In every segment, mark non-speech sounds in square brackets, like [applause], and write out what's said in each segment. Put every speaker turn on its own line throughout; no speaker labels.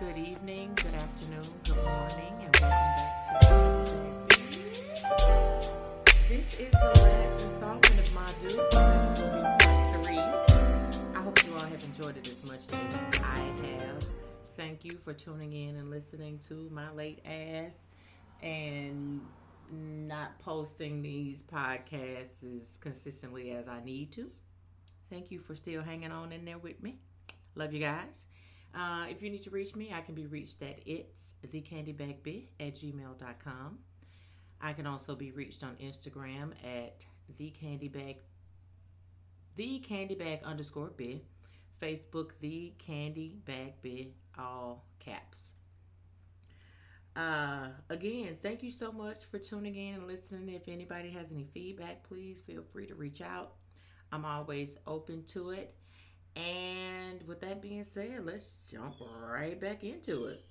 Good evening, good afternoon, good morning, and welcome back to Wild Detective. This is the last installment of my dudes. This will be part three. I hope you all have enjoyed it as much as I have. Thank you for tuning in and listening to my late ass and not posting these podcasts as consistently as I need to. Thank you for still hanging on in there with me. Love you guys. Uh, if you need to reach me, I can be reached at it's thecandybagbit at gmail.com. I can also be reached on Instagram at thecandybag, thecandybag underscore bit, Facebook, the candy bag bit, all caps. Uh, again, thank you so much for tuning in and listening. If anybody has any feedback, please feel free to reach out. I'm always open to it. And with that being said, let's jump right back into it.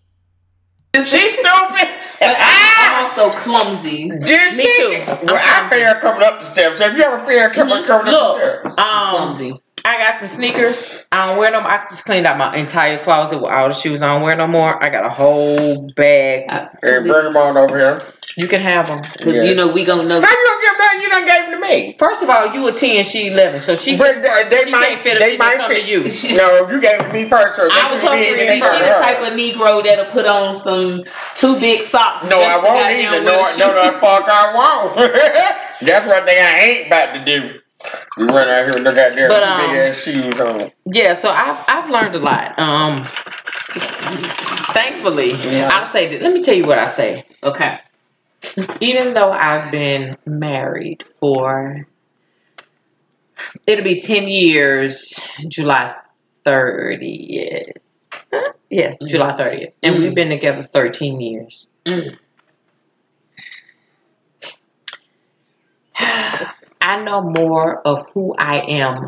Is she stupid?
But
And
I'm
I
also clumsy. Um,
did
Me
she?
too. I'm
Well, I
clumsy.
fear her coming up the steps. Have you ever fear her coming, coming Look,
Look,
up the steps? um,
clumsy.
I got some sneakers. I don't wear them. I just cleaned out my entire closet with all the shoes. I don't wear no more. I got a whole bag.
I-
Here, bring them on over here.
Uh, You can have them because
Yes.
you know we gonna know.
How you gonna give them? You done gave them to me.
First of all, you a ten, she eleven, so she.
But they, they
she
might,
can't fit 'em,
they
she
might
can come
fit
[laughs] to you.
No, you gave it to me first. So
I
that
was hoping
means
to
it
see she
ain't
the
for her.
type of Negro that'll put on some two big socks.
No,
just
I
to
won't
goddamn
either.
wear
No, I-
the
no,
shoes.
the fuck I won't. [laughs] That's one thing I ain't about to do. You run out here with no goddamn
But, um,
big ass shoes on.
Yeah, so I've I've learned a lot. Um, thankfully,
Yeah.
I'll say. That, let me tell you what I say. Okay. Even though I've been married for it'll be ten years, July thirtieth. Yeah, July thirtieth, and we've been together thirteen years.
Mm.
I know more of who I am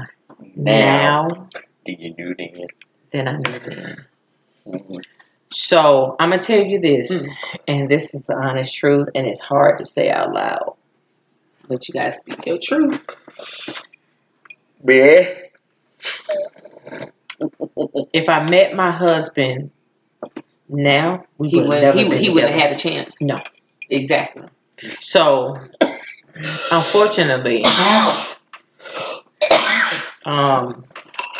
Now.
now
Do you do that?
than I knew then.
Mhm.
So I'm gonna tell you this, and this is the honest truth, and it's hard to say out loud, but you gotta speak your truth.
Yeah.
If I met my husband now, we
He
would
wouldn't-
have never
he-
been
he
together.
wouldn't
have had a chance. No, exactly. So, unfortunately, um,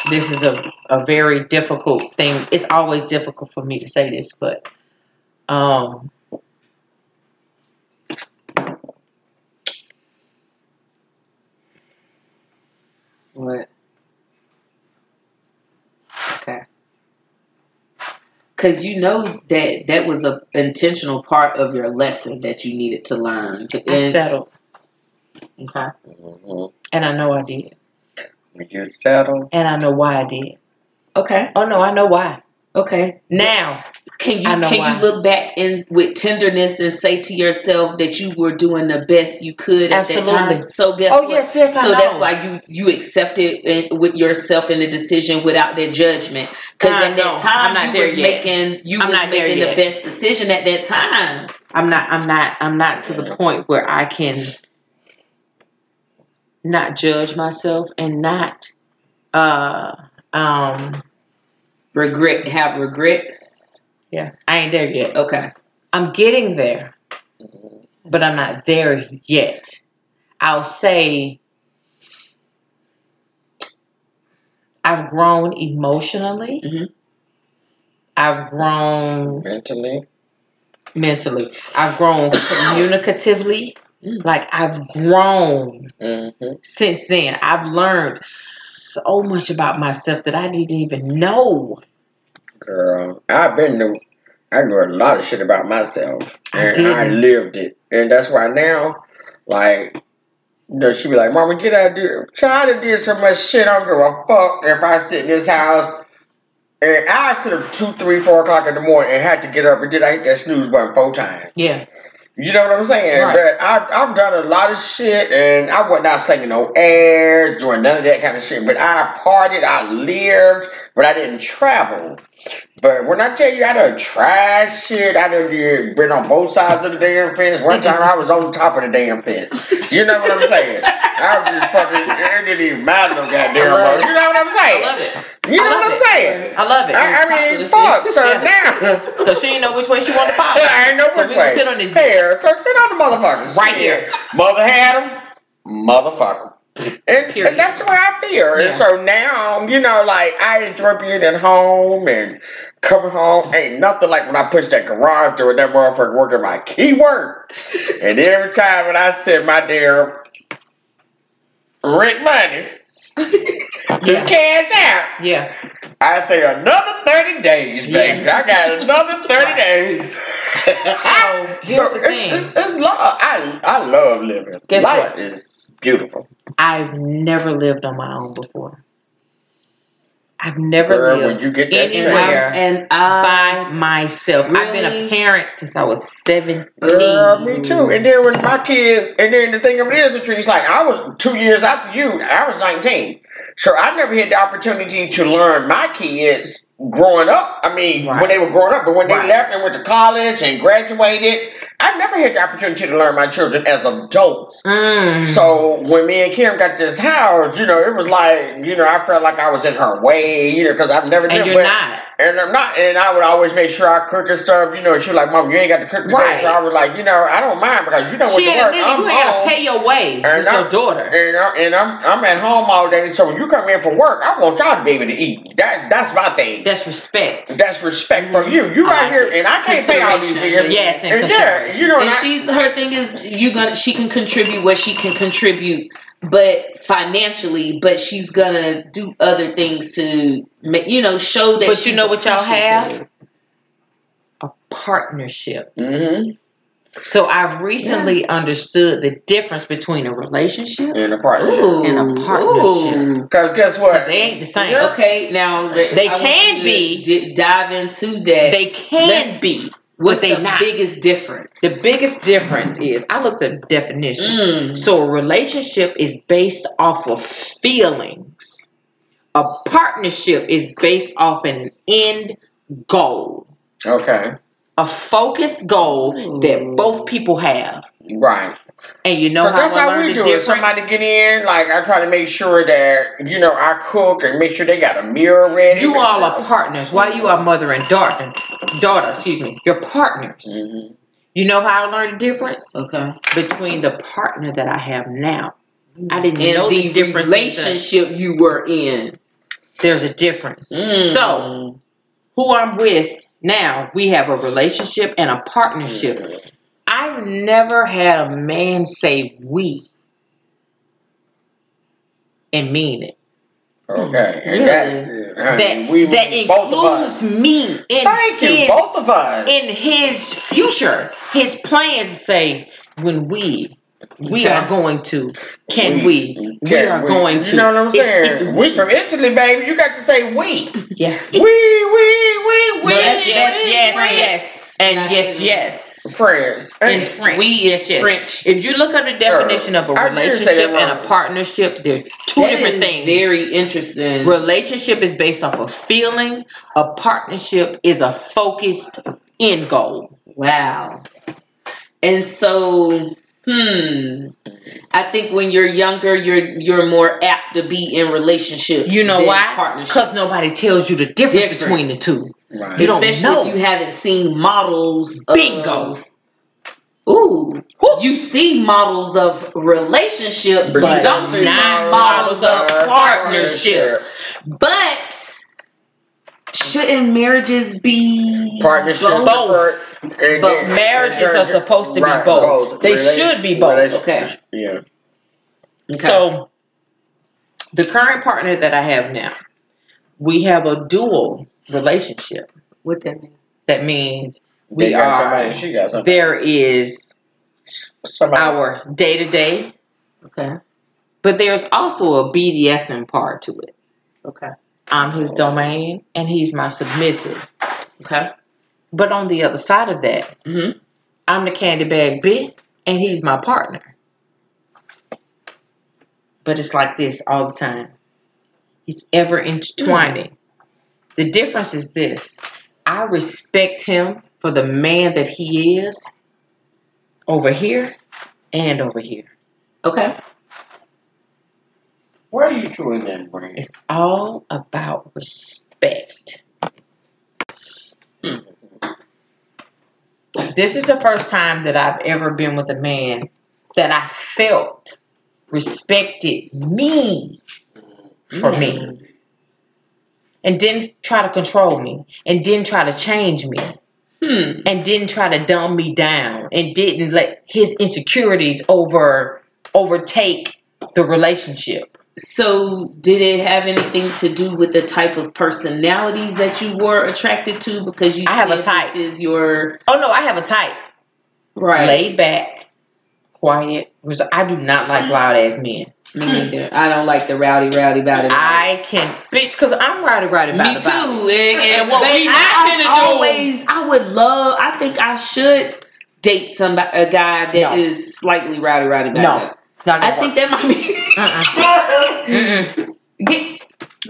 this is a, a very difficult thing. It's always difficult for me to say this, but um,
What?
because you know that that was an intentional part of your lesson that you needed to learn. To I
end-
settled, okay, and I know I did,
Mm-hmm. You settle.
and I know why I did.
Okay.
Oh no, I know why
Okay.
now.
Can you
I
can
know why.
you look back and with tenderness and say to yourself that you were doing the best you could at that
Absolutely.
time? So guess
Oh
what?
yes, yes, I
So
know.
that's why you you accepted and with yourself in the decision without that judgment. Because at
I know.
that time
I'm not
you
there
was
yet.
making you
I'm
was
not there
making
yet.
the best decision at that time.
I'm not I'm not I'm not to the point where I can not judge myself and not uh um
Regret have regrets.
yeah, I ain't there yet.
Okay.
I'm getting there. But I'm not there yet. I'll say I've grown emotionally.
Mhm.
I've grown
Mentally.
mentally. I've grown communicatively. Like I've grown.
Mm-hmm.
since then i've learned so much about myself that i didn't even know
Girl, I've been to, I know a lot of shit about myself.
I
And I
didn't.
lived it. And that's why now, like, you know, she be like, Mama, get out there. Child, I did so much shit. I don't give a fuck if I sit in this house. And I sit up 2, 3, 4 o'clock in the morning and had to get up and then I hit that snooze button four times.
yeah
You know what I'm saying?
Right.
But I, I've done a lot of shit, and I was not slinging no air, doing none of that kind of shit. But I partied, I lived, but I didn't travel. But when I tell you I done tried shit, I done did, been on both sides of the damn fence. One time I was on top of the damn fence. You know what I'm saying? I was just fucking, it didn't even matter no goddamn much. You know what I'm saying?
it
You know
I love
what I'm
it.
saying?
I love it.
I, I mean, fuck. So
[laughs]
[laughs]
now.
Because she didn't know which way she wanted to follow.
I ain't no
so
which
we gonna
way.
sit on this bitch.
There. So sit on the motherfuckers.
Right
Shit.
here.
Mother had him. Motherfucker. And,
Period.
and that's what I fear.
Yeah.
And so now, you know, like I enjoy being at home and coming home. Ain't nothing like when I push that garage door and that motherfucker working my key work. and every time when I said my dear Rick
[laughs]
money, you
Yeah.
cash out.
Yeah.
I say another 30 days, baby.
Yes.
I got another 30 days. [laughs]
So here's
so
the
it's,
thing.
it's, it's love. I, I love living.
Guess
Life
what?
is beautiful.
I've never lived on my own before. I've never
Girl, when
lived
you get that
anywhere
chance.
And I,
by myself. I've been a
Really?
parent since I was 17.
Girl, Uh, me too. And then when my kids, and then the thing of it is, Latrice, like I was two years after you, I was 19. So I never had the opportunity to learn my kids growing up. I mean,
Right.
when they were growing up, but when
Right.
they left and went to college and graduated, I never had the opportunity to learn my children as adults.
Mm.
So when me and Kim got this house, you know, it was like, you know, I felt like I was in her way, you know, because I've never
and
been.
you're
but-
not.
and I'm not, and I would always make sure I cook and stuff. You know, she was like, "Mom, you ain't got to cook today."
Right.
So I was like, "You know, I don't mind because you don't
She
want to work.
ain't a nigga.
I'm
You ain't gotta
home,
pay your way
And
with
I-
your daughter.
and, I, and I'm I'm at home all day. So when you come in from work, I want y'all to be able to eat. That that's my thing.
That's respect.
That's respect from you. You
I
right
like
here,
it.
and I can't pay all these
Consideration.
bills.
Yes, and
and yeah,
consideration.
you know, and
and
I-
she, her thing is, you gonna, she can contribute what she can contribute, but financially, but she's gonna do other things to, ma- you know, show that.
But you
she's
know what y'all have?
appreciative.
A partnership.
Mhm.
So I've recently understood the difference between a relationship
in the partnership.
Ooh,
In a partnership.
ooh.
Because guess what?
'cause they ain't the same.
Yeah.
Okay, now let-
They
I want
can
you to
be.
di- dive into that.
They can
Let's-
be,
What's
but they
the
not.
biggest difference?
the biggest difference is I looked up definition.
Mm.
So a relationship is based off of feelings. A partnership is based off an end goal,
Okay,
a focused goal that
Ooh.
both people have.
right.
And you know how
But that's
I
how
learned
we
the
do it.
difference.
Somebody get in, like I try to make sure that you know I cook and make sure they got a mirror ready.
you all are partners. Why you are mother and daughter, daughter, excuse me, you're partners.
Mhm.
You know how I learned the difference
Okay.
between the partner that I have now. I didn't
And
know the,
the
difference. Relationship.
relationship you were in.
There's a difference. So
Hmm.
So
who I'm with now, we have a relationship and a partnership. I've never had a man say we and mean it.
Okay, and that, honey,
That
we
that
both of us.
includes me in
Thank you,
his
both of us.
in his future, his plans say when we we
Okay.
are going to, can we? We,
Can
are going to.
You know what I'm
It's-
saying?
It's,
we
we.
from Italy, baby. You got to say we.
Yeah.
we, we, we, we.
yes, yes,
we,
yes,
we.
yes, and
Not
yes,
Italy.
yes.
Friends.
In
Hey,
French, we is yes.
French.
If you look up the definition of a
I didn't say that
relationship and
wrong.
a partnership, they're two
that
different
is
things.
Very interesting.
relationship is based off of feeling. A partnership is a focused end goal.
Wow. And so, hmm. I think when you're younger, you're you're more apt to be in relationships.
You know
than
why?
Partnerships.
Because nobody tells you the difference,
Difference.
between the two.
right.
You don't
Especially
know.
if you haven't seen models.
Bingo.
Of, ooh. You see models of relationships,
But
but
you
you
don't
don't
see
see
models
models
of
of
partnerships.
partnerships. But shouldn't marriages be
Partnerships
both?
Both.
and then-
But marriages are supposed to be
Right,
both. They
Relation-
should be both,
relation-
okay.
Yeah.
Okay.
So, the current partner that I have now, we have a dual relationship.
what that mean?
That means we
They got
are
somebody, she got somebody.
there is
somebody.
our day to day,
Okay.
but there's also a BDSM part to it.
Okay.
I'm his domain, and he's my submissive.
Okay.
But on the other side of that,
Mm-hmm.
I'm the candy bag bitch, and he's my partner. But it's like this all the time. It's ever intertwining. The difference is this I respect him for the man that he is over here and over here.
Okay.
Where are you doing that, Brand?
It's all about respect. Hmm. This is the first time that I've ever been with a man that I felt respected me for me and didn't try to control me and didn't try to change me
Hmm.
and didn't try to dumb me down and didn't let his insecurities over overtake the relationship.
So, did it have anything to do with the type of personalities that you were attracted to? Because you,
I have a
said
type.
This is your
Oh no, I have a type.
right.
laid back, quiet. Res- I do not like loud ass men.
Me neither. I don't like the rowdy, rowdy, rowdy.
I can bitch because I'm rowdy, rowdy about
Me
it,
too.
about it.
And, and,
And what
but
we not
I,
finna do.
I always, I would love. I think I should date somebody, a guy that is
No.
slightly rowdy, rowdy.
No. Not
I think that might be.
Mm-mm.
Get,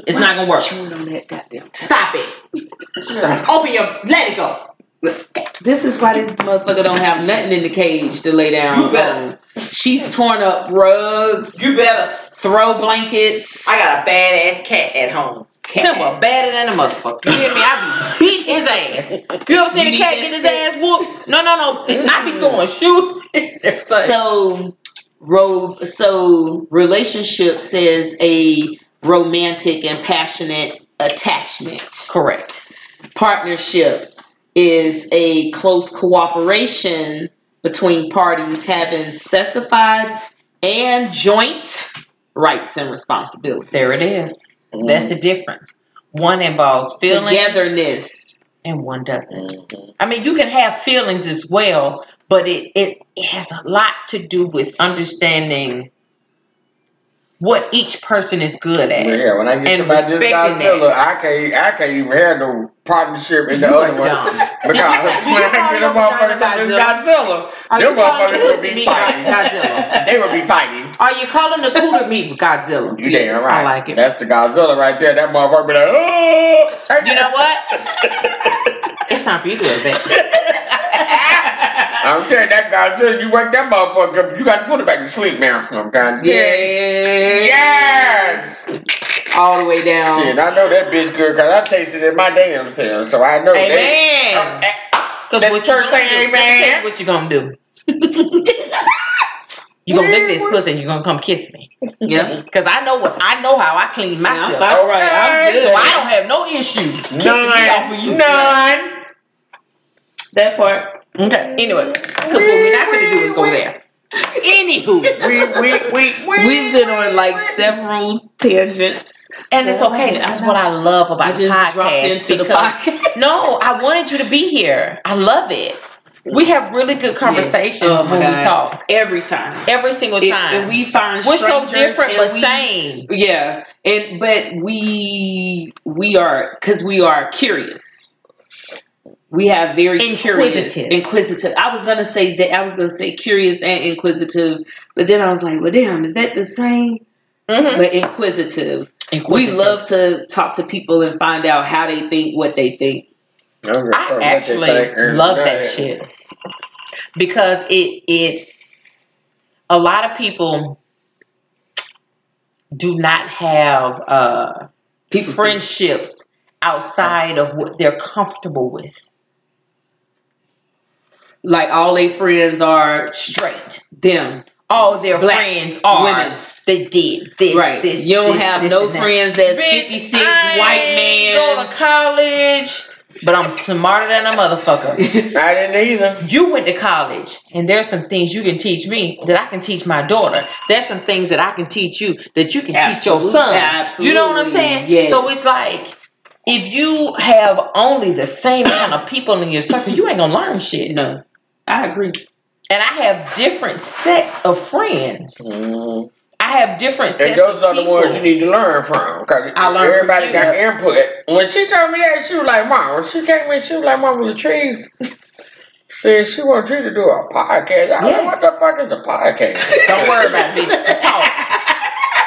it's not gonna work.
Chewing on that goddamn.
Stop it. Open your. Let it go.
[laughs] This is why this motherfucker don't have nothing in the cage to lay down.
You better.
on. She's torn up rugs,
You better.
throw blankets.
I got a bad ass cat at home. Simba, badder than a motherfucker. You hear me? I be beating his ass. You ever seen
You
a
need
cat
that
get his
stick.
ass whooped? No, no, no. [laughs] I be throwing shoes. [laughs] in their face.
So, ro- so relationship says a romantic and passionate attachment.
correct.
Partnership is a close cooperation between parties having specified and joint rights and responsibilities.
There it is. That's the difference. One involves feelings,
Togetherness.
and one doesn't.
Mm-hmm.
I mean, you can have feelings as well, but it, it, it has a lot to do with understanding what each person is good at.
Yeah, when I get
And
somebody this
respecting
Godzilla, I can't, e, I can't even have no partnership in the
You
other
are
one.
dumb.
[laughs] Because
You
when I
call
get
your
them motherfuckers
vagina
something Godzilla,
Are
them
you calling
motherfuckers
the
will
pussy
be
meat [laughs]
fighting.
Godzilla?
They will be fighting.
Are you calling the cooter meat Godzilla?
You damn right.
I like it.
That's the Godzilla right there. That motherfucker be like, oh.
You know
[laughs]
what? It's time for you to do it, babe.
I'm telling you, that Godzilla, you wake that motherfucker up, you got to put it back to sleep now. I'm trying to tell you. Yes!
All the way down.
Shit, I know that bitch good because I tasted it my damn self, so I know that.
Amen. Because
That
what you gonna do?
thirteen, man.
Let me tell you what you gonna do? You gonna lick this pussy and you gonna come kiss me?
Yep.
Because I know what I know how I clean myself.
Yeah, I'm All right, I'm good.
So I don't have no issues kissing me off of you.
None. None.
That part.
Okay. Anyway, because what we're not gonna do is go there. Anywho,
We, we, we, we.
We've been on like several tangents.
and it's okay. This is what I love about
I just
podcasts
dropped into the
because-
podcast.
[laughs] No, I wanted you to be here. I love it. We have really good conversations
Oh my
when
God.
we talk
Every time.
every single
If-
time.
and we find
We're so
strangers
different
and
but
we-
same.
Yeah, and but we we are because we are curious. We have very curious,
Inquisitive.
inquisitive. I was gonna say that I was gonna say curious and inquisitive, but then I was like, well, damn, is that the same?
Mhm.
But inquisitive. We love to talk to people and find out how they think, what they think.
I actually love that shit because it it a lot of people do not have uh
People see.
friendships outside of what they're comfortable with.
Like all their friends are
Straight.
them,
All their
Black
friends are
women.
they did this.
right?
This,
you don't
this,
have
this,
no
and that.
friends that's
Bitch,
fifty six,
I
white
ain't Go to
man.
college, but I'm smarter than a
[laughs]
motherfucker.
I didn't either.
You went to college, and there's some things you can teach me that I can teach my daughter. There's some things that I can teach you that you can teach your
Absolute-
son.
absolutely,
You know what I'm saying?
yes.
So it's like if you have only the same kind of people in your circle, you ain't gonna learn shit.
no, I agree.
And I have different sets of friends.
Mm.
I have different sets
And those
of
are the
people.
ones you need to learn from. Because
I learned from
everybody
you.
got input. When she told me that, she was like, Mom, when she came in, she was like, Mama Latrice said she wants you to do a podcast. I was like,
Yes.
What the fuck is a podcast?
[laughs] Don't worry about it, bitch. Just Talk.
[laughs]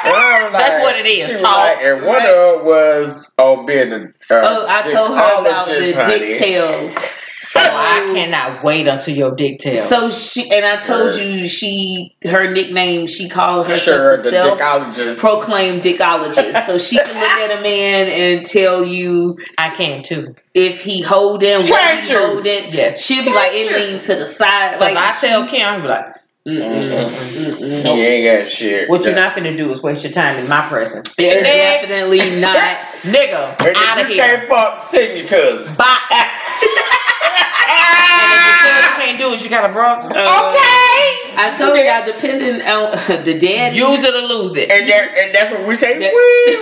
And I was
That's
like-
what it is,
She was
talk,
like, and one
right?
of was oh being a uh,
Oh, I told her about the
gynecologist, honey.
dick tails.
So I cannot wait until your dick tail.
So she and I told you she her nickname she called
Sure,
herself
the
self
dickologist.
proclaimed dickologist. so she can look at a man and tell you
I can too.
if he holding what
Can't
he
you?
holding.
Yes.
She'll be like
Can't you?
it lean to the side.
Like
Like
I tell Kim, I'm like,
Mm-mm.
Mm-mm.
You Mm-hmm. ain't got shit.
what you're not finna do is waste your time in my presence.
They're [laughs]
Next.
definitely not.
Nigga,
And if
out of
you
here.
can't fuck, sing your
[laughs]
cousin.
[laughs]
Bye. And if you still can't do it, you got a brother.
Oh,
okay.
I told y'all, depending on [laughs] the daddy,
Use it or lose it. [laughs]
And that, and that's what we say.
That-
Wee
[laughs]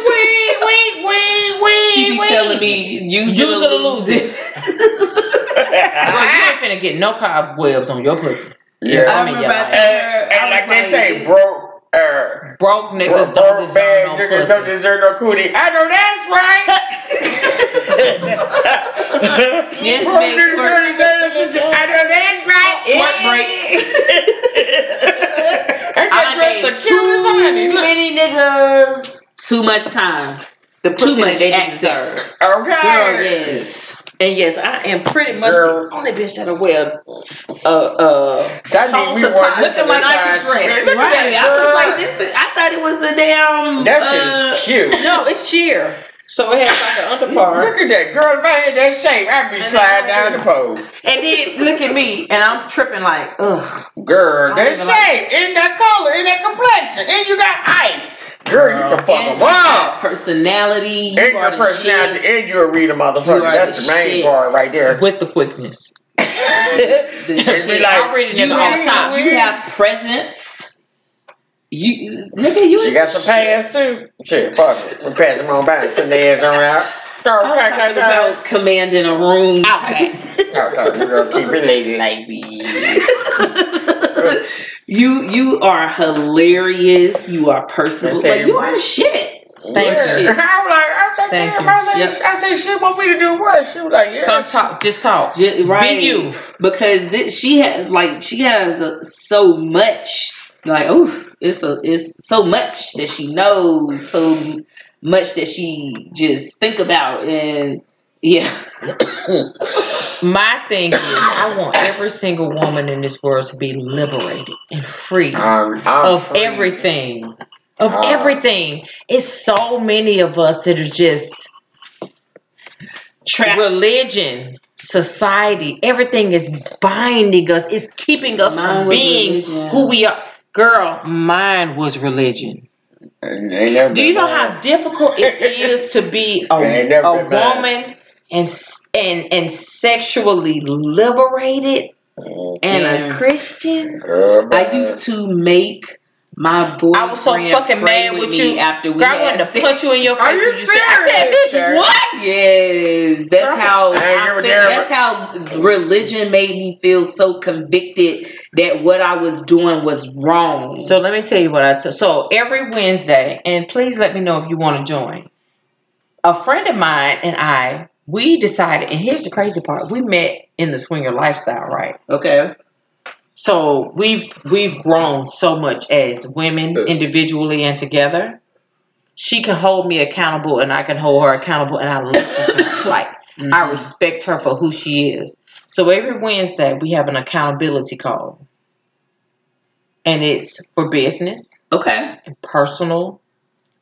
wee wee wee wee.
she be
wee.
telling me use,
Use it or lose it.
[laughs]
Girl, you
"Ah."
ain't finna get no cobwebs on your pussy.
yeah.
I
I'm in
remember
your
I
life.
told her,
And,
I
and
was
like they
like,
say,
bitch.
broke. Uh,
Broke
Bro, bro,
niggas don't
bad
deserve
niggas
no
don't
pussy.
deserve no cootie. I know that's right.
[laughs] Yes,
Bro,
big
niggas
twerk.
don't deserve no cootie. I know that's right.
Twerk break.
[laughs] I
I
can dress
gave
the cute as honey. Look.
many niggas. Too much time.
The
Too
pussy
much
that they
access.
deserve.
Okay.
Girl, yes. And yes, I am pretty much
Girl.
the only bitch that'll wear a uh,
So I think
Home
we
to
want
top.
this
Look at my
size
Nike dress.
chick.
Right.
Look at
I was like,
girl.
this is, I thought it was a damn.
That
uh,
shit is cute.
No, it's sheer. So it has like an underpart.
Look at that girl. If I had that shape, I'd be
And
sliding down
then-
the pole.
And then look at me, and I'm tripping like, ugh.
Girl,
I don't
that
even like-
shape, in that color, in that complexion, and you got height. Girl, you can fuck
Uh, And
a wall.
Personality. You
And
are
your
the
personality,
shit.
and you're a reader
You
motherfucker.
are
That's
the
the main
shit.
part right [laughs]
[laughs]
there.
With the quickness.
It be
shit.
like,
I read a
You
nigga off
have,
top.
you have presence. You nigga, you
she
is
got
the
some
shit.
pants too. Shit, fuck it. We pass them on by, send their ass on out. Go,
I'm talking about commanding a room.
We're gonna keep it lady like this.
[laughs] you you are hilarious. You are personable.
That's how
Like
you
you
want
are the shit.
Thank
yeah.
you.
I'm like, I said,
Thank
damn,
you.
I said,
Yep.
I said, she want me to do what? She was like, yeah.
Come talk. Just talk.
Ju- right.
Be you.
because thi- she has like she has uh, so much like oh it's a it's so much that she knows so much that she just think about and yeah
My thing is, I want every single woman in this world to be liberated and free
Um, I'm
of
free.
everything. Of
Ah.
everything. It's so many of us that are just
trapped
religion, society, everything is binding us. It's keeping us
Mine
from
was
being
religion.
who we are. Girl, mine was religion.
And ain't never
Do you
been
know
mad.
how difficult it is to be a,
Ain't never
a
been mine.
woman and s- and and sexually liberated and
Yeah.
a Christian?
Girl,
I used to make my boyfriend
uh, I was so fucking
pray
mad
with
with
me
you.
after we
Girl, I
had
wanted to
sex.
punch you in your face.
Are you
when said- I
serious,
said, [laughs] bitch,
Jack?
what?
Yes, that's how.
I ain't
I
give a
feel-
damn.
that's how religion made me feel so convicted that what I was doing was wrong.
So let me tell you what I took. So every Wednesday, and please let me know if you want to join. A friend of mine and I, we decided, and here's the crazy part: we met in the swinger lifestyle, right?
okay,
So we've we've grown so much as women individually and together. She can hold me accountable and I can hold her accountable and
[laughs]
I listen to her. Like
Mm-hmm.
I respect her for who she is. So every Wednesday we have an accountability call. And it's for business,
okay.
personal,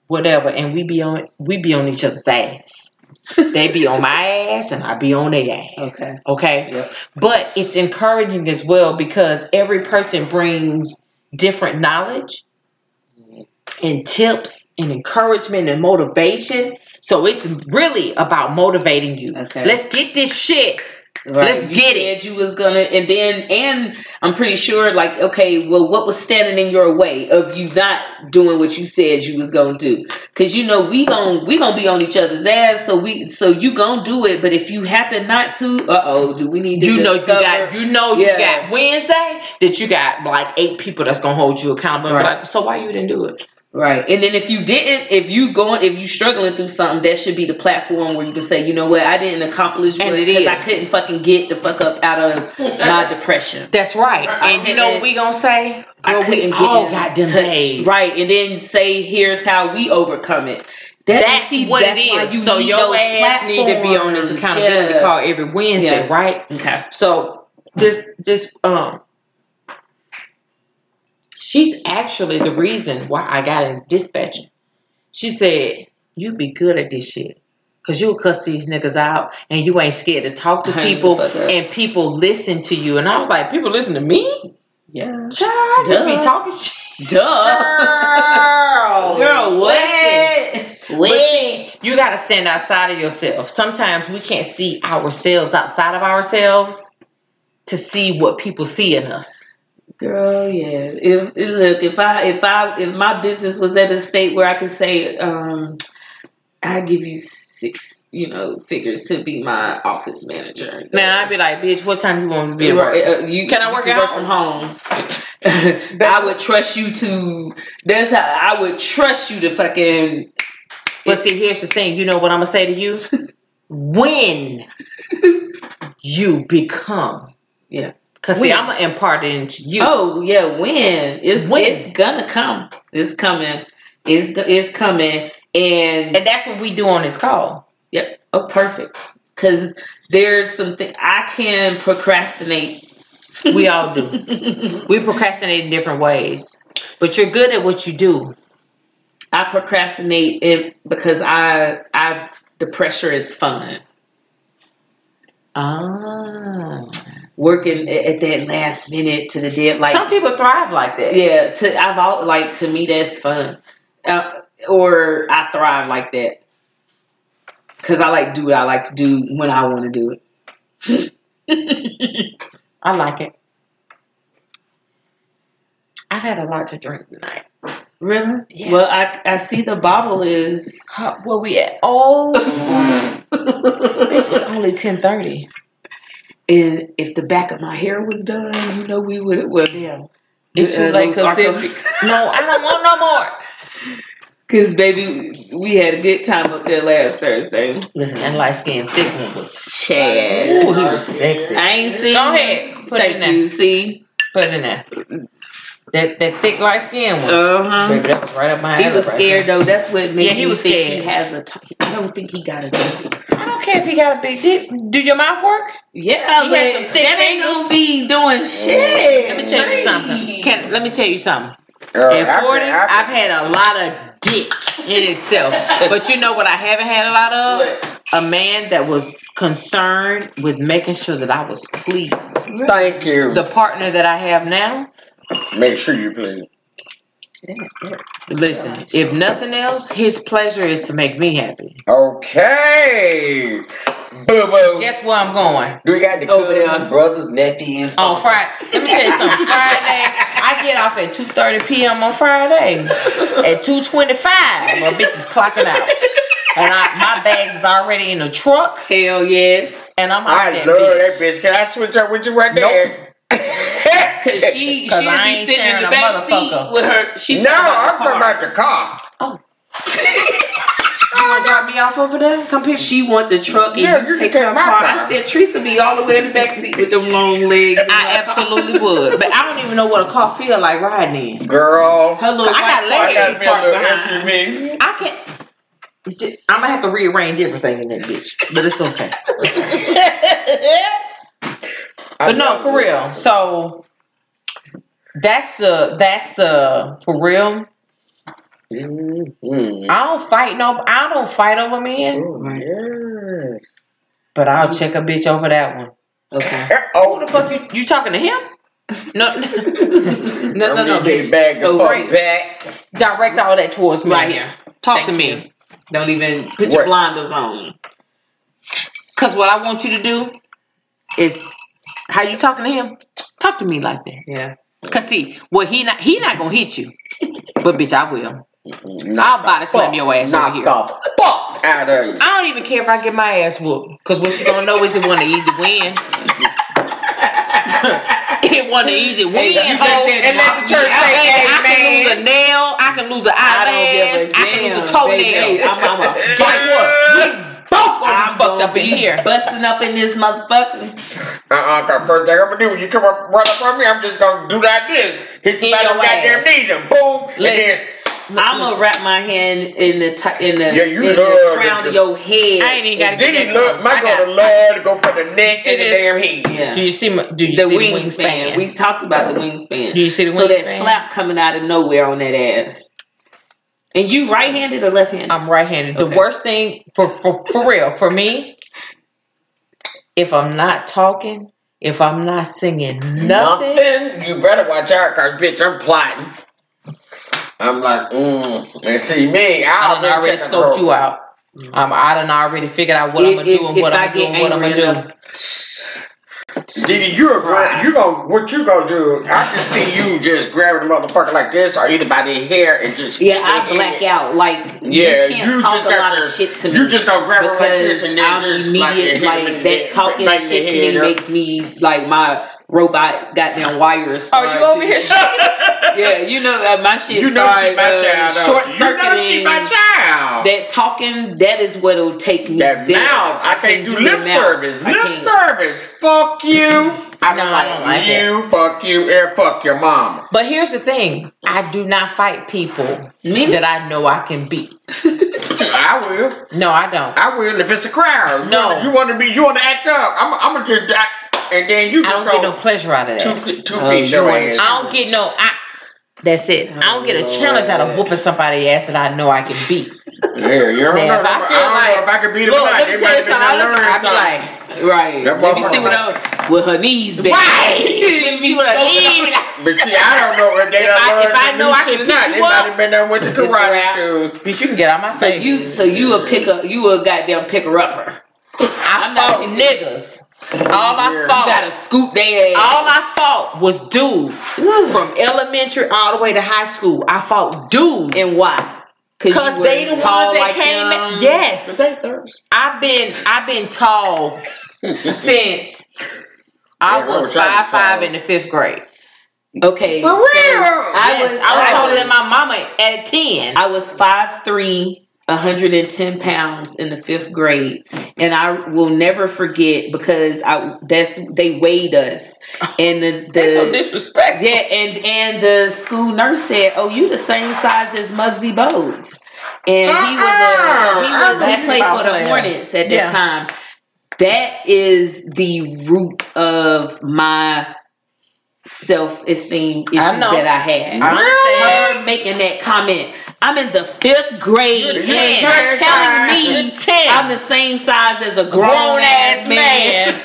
whatever, and we be on we be on each other's ass. They be on my ass and I be on their ass.
Okay.
Okay.
Yep.
But it's encouraging as well because every person brings different knowledge and tips and encouragement and motivation. So it's really about motivating you.
Okay.
Let's get this shit. Let's
You said
get it.
You was gonna, and then, and I'm pretty sure, like, okay, well, what was standing in your way of you not doing what you said you was gonna do? Because you know we gon' we gonna be on each other's ass, so we, so you gonna do it. But if you happen not to, uh oh, do we need to?
You know you
discover-
got you know you
Yeah.
got Wednesday that you got like eight people that's gonna hold you accountable. and be
Right.
Like, so why you didn't do it?
right. And then if you didn't, if you going, if you struggling through something, that should be the platform where you can say, you know what, I didn't accomplish
And
what-
it is.
I couldn't fucking get the fuck up out of my
[laughs]
depression.
That's right.
I
And you know what we gonna say?
I
Girl, we
couldn't get
all
in
got them
touch.
days.
Right, and then say, here's how we overcome it. That-
that's
see,
what
that's
it
why
is.
you
so
need
your
those
ass need to be on
platforms.
this accountability
Yeah.
call every Wednesday,
Yeah.
right?
Okay.
So this this um she's actually the reason why I got in dispatching. She said, You be good at this shit. Cause you'll cuss these niggas out and you ain't scared to talk to
Hang the
people
fuck up.
and people listen to you. And I was like, People listen to me?
Yeah.
Child, I just be
Duh.
talking shit.
Duh.
[laughs] Girl,
[laughs] Girl,
listen.
what?
But see, you got to stand outside of yourself. Sometimes we can't see ourselves outside of ourselves to see what people see in us.
Girl, yeah. If, if- look, if I if I if my business was at a state where I could say, um, I give you six, you know, figures to be my office manager.
Now I'd be like, bitch, what time you want me to be
You
at work?
work- uh, you-
Can I
you
work
can
out?
work from home? [laughs] I would trust you to. That's how I would trust you to fucking.
But see, here's the thing. You know what I'm gonna say
[laughs]
to you? when you become,
Yeah.
because see,
When?
I'm gonna impart it into you.
Oh yeah, when it's
When?
it's gonna come. It's coming. It's go- it's coming. And
and that's what we do on this call.
Yep. Oh, perfect. Because there's something I can procrastinate. [laughs]
We all do. we procrastinate in different ways, but you're good at what you do.
I procrastinate it because I, I, the pressure is fun.
Ah.
Working a- at that last minute to the deadline.
Some people thrive like that.
yeah. To I've all like to me that's fun, uh, or I thrive like that. Cause I like do what I like to do when I want to do it. [laughs]
I like it. I've had a lot to drink tonight.
really?
Yeah.
Well, I I see the bottle is.
Huh, Where we at? [laughs] Oh, this is only ten thirty.
And if the back of my hair was done, you know we would well damn. Uh,
It's too late to fix. No, I don't want no more.
Cause baby, we had a good time up there last Thursday.
Listen, that light skinned thick one was.
Chad,
Ooh, he was sexy.
I ain't seen.
Go ahead, put it in
Thank
there.
you. See,
Put it in there. That that thick light skin one.
uh huh.
Baby, that was right up my
He
alley
was
right
scared though. That's what made
Yeah, he
me
was
think
scared.
he has a. T- I don't think he got a. T-
there. I don't care if he got a big dick. Do your mouth work?
yeah,
He
but
had some thick
that ain't
fingers.
gonna be doing shit.
Let me tell you something. Can, let me tell you something.
Girl,
At
I've been-
40,
I've been-
I've had a lot of dick in itself. But you know what I haven't had a lot of? A man that was concerned with making sure that I was pleased.
Thank you.
The partner that I have now,
Make sure you please.
listen, if nothing else, his pleasure is to make me happy.
Okay. Boo boo.
Guess where I'm going?
Do we got the
Over there.
cousins, brothers, nephews?
On Friday. Let me tell you something. Friday, I get off at 2.30 p.m. on Friday. At 2.25, my bitch is clocking out. And I, my bags is already in the truck.
Hell yes.
And I'm off
I
that
love
bitch.
that bitch. Can I switch up with you right
Nope.
there? [laughs]
Cause she she
Eh, Cause I
be
ain't
sitting in
sharing
the
a
back
motherfucker.
seat with her. She
no,
talking about
I'm
the
talking about the
[laughs] cars.
car.
You gonna drop me off over there? Come pick
She want the truck and
Yeah,
you,
you can
take,
take
her
my
car.
car.
I said Teresa be all the way in the back seat with them long legs.
I
[laughs]
absolutely would. But I don't even know what a car feel like riding in.
Girl,
Her little
I got
white
I
legs.
car
gotta
she
be a little SUV.
parked behind.
I can't. I'm gonna have to rearrange everything in that bitch, but it's okay.
I
[laughs] But no,
love
for
it.
real. So that's the that's the for real.
Mhm.
I don't fight no. I don't fight over men,
Oh, yes.
but I'll check a bitch over that one.
Okay.
Oh.
Who the fuck you? You talking to him? No,
[laughs]
no, [laughs] no, no, no. bitch.
Bag
Go
the fuck
right-
back.
Direct all that towards me.
Right here.
Talk
Thank
to me.
you. Don't even put
Work.
your blinders on.
Cause what I want you to do is how you talking to him. Talk to me like that.
Yeah.
Cause see, well he not he not gonna hit you, but bitch I will.
Knock
about to
the
slam
fuck-
your ass
knock
over here.
the fuck out [laughs] of you.
I don't even care if I get my ass whooped. Cause what you gonna know is it wasn't an easy win. [laughs] it wasn't an easy win.
you just
ho.
said
and that's the church
knock me
say,
out,
I can
amen.
lose a nail, I can lose an eyelash, I, can lose a toenail.
I'm, I'm a
Guess what? We both gonna
I'm
be fucked up in here.
busting up in this motherfucker.
Uh-uh, cause first thing I'm gonna do when you come up run up on me, I'm just gonna do like this. Hit you
In
by the
your
goddamn
ass.
knees and boom, and
Listen.
then
I'm gonna wrap my hand in the t- in the,
Yeah, you
in the
love
crown
the-
of your head.
I ain't even got to
Did
get
he
that
love?
close.
My
I got-
daughter love to go for the neck
See
and the
this?
damn head.
Yeah.
Do you see? my- Do you
the
see
wingspan.
the wingspan?
We talked about the wingspan.
Do you see the
so that
wingspan?
slap coming out of nowhere on that ass. And you right handed or left handed?
I'm right-handed. The
Okay.
worst thing for, for for real for me, if I'm not talking, if I'm not singing nothing,
Nothing. You better watch out, cause bitch, I'm plotting. I'm like, mm. and see me.
I
I'll
done already scoped you out. Um, I done already figured out what I'm
If-
gonna do
if-
and
if
what
I
I'm gonna do
get
and what I'm gonna
angry enough.
do.
Diddy, you're right. You gonna what you gonna do? I can see you just grabbing the motherfucker like this, or either by the hair and just
Yeah, I
kicking
black
it.
out. Like
Yeah,
you can't
you
talk
just
a
got
lot
to-
of shit to me.
You just gonna grab her like this and
because
then
I'm
just
immediate
like,
like,
hit him in the
that
head,
talking
bang the
shit to me
head up. [laughs]
makes me like my robot goddamn wires.
Are Oh, you
start
over
to- [laughs]
here?
yeah, you know uh, my shit.
You know she
start,
my
uh,
child.
Short
Short you know she
circuiting.
my child.
That talking, that is what'll take me.
That
there.
mouth, I can't do lip
that mouth.
service.
I
Lip
can't.
service, fuck you. I
No,
don't
I don't
like
like it.
you. Fuck you, and fuck your mama.
But here's the thing: I do not fight people
Me?
that I know I can beat.
I will.
No, I don't.
I will if it's a crowd. You
No.
wanna- you want to be, you want to act up. I'm, I'm gonna just act, and then you
I
just
don't get no
go
pleasure out of that.
two, two
Oh,
piece
you
your
wanna
ass.
ch-
I don't get no. I, that's it. I don't get a
Oh,
challenge out of
Lord.
whooping somebody's ass that I know I can [laughs] beat.
Yeah, you don't know.
Now, if I
I,
feel
don't know
like-
if I could beat them.
Look, let me tell you something. I look, I be
something.
like,
Right.
That
Let me see
motherfucker-
what I with her knees back.
Right.
Let me
See [laughs] what I
scope
need.
it out.
But see, I don't know if they
If
done
I-
learned
if I
the
know
new
I
shit
can
or not.
beat
They
you
might
up,
have been done with the
it's
karate
rap.
school.
bitch, you can get out my
So
face.
you, so you a pick up, you a goddamn picker upper.
I
I'm not
fought
picking-
niggas. All I
You
You gotta
fought,
scoop their ass.
all I fought was dudes
Woo.
from elementary all the way to high school. I fought dudes.
and why?
Cause
you
they
were
the ones
tall
that
like
came.
them.
Yes,
they thirst.
I've been I've been tall since I
Yeah, I
was
was trying to
five five
tall.
in the fifth grade.
Okay.
For
so
real?
I
Yes,
was,
I was
I
taller
was,
than my mama at ten.
I was five three, 110 pounds in the fifth grade, and I will never forget because
Oh.
I that's they weighed us, and the the
disrespectful.
Yeah, and and the school nurse said, "Oh, you the same size as Muggsy Bogues," and he
Uh-uh.
was a he was
I'm
he played
basketball
for the
player.
Hornets at that
Yeah.
time. That is the root of my self esteem issues
I know.
that I had.
I understand.
Her making that comment, I'm in the fifth grade,
You're
and
the
you're
same
size.
telling
You're
me
ten.
I'm the same size as a grown,
grown
ass,
ass
man.
[laughs] man.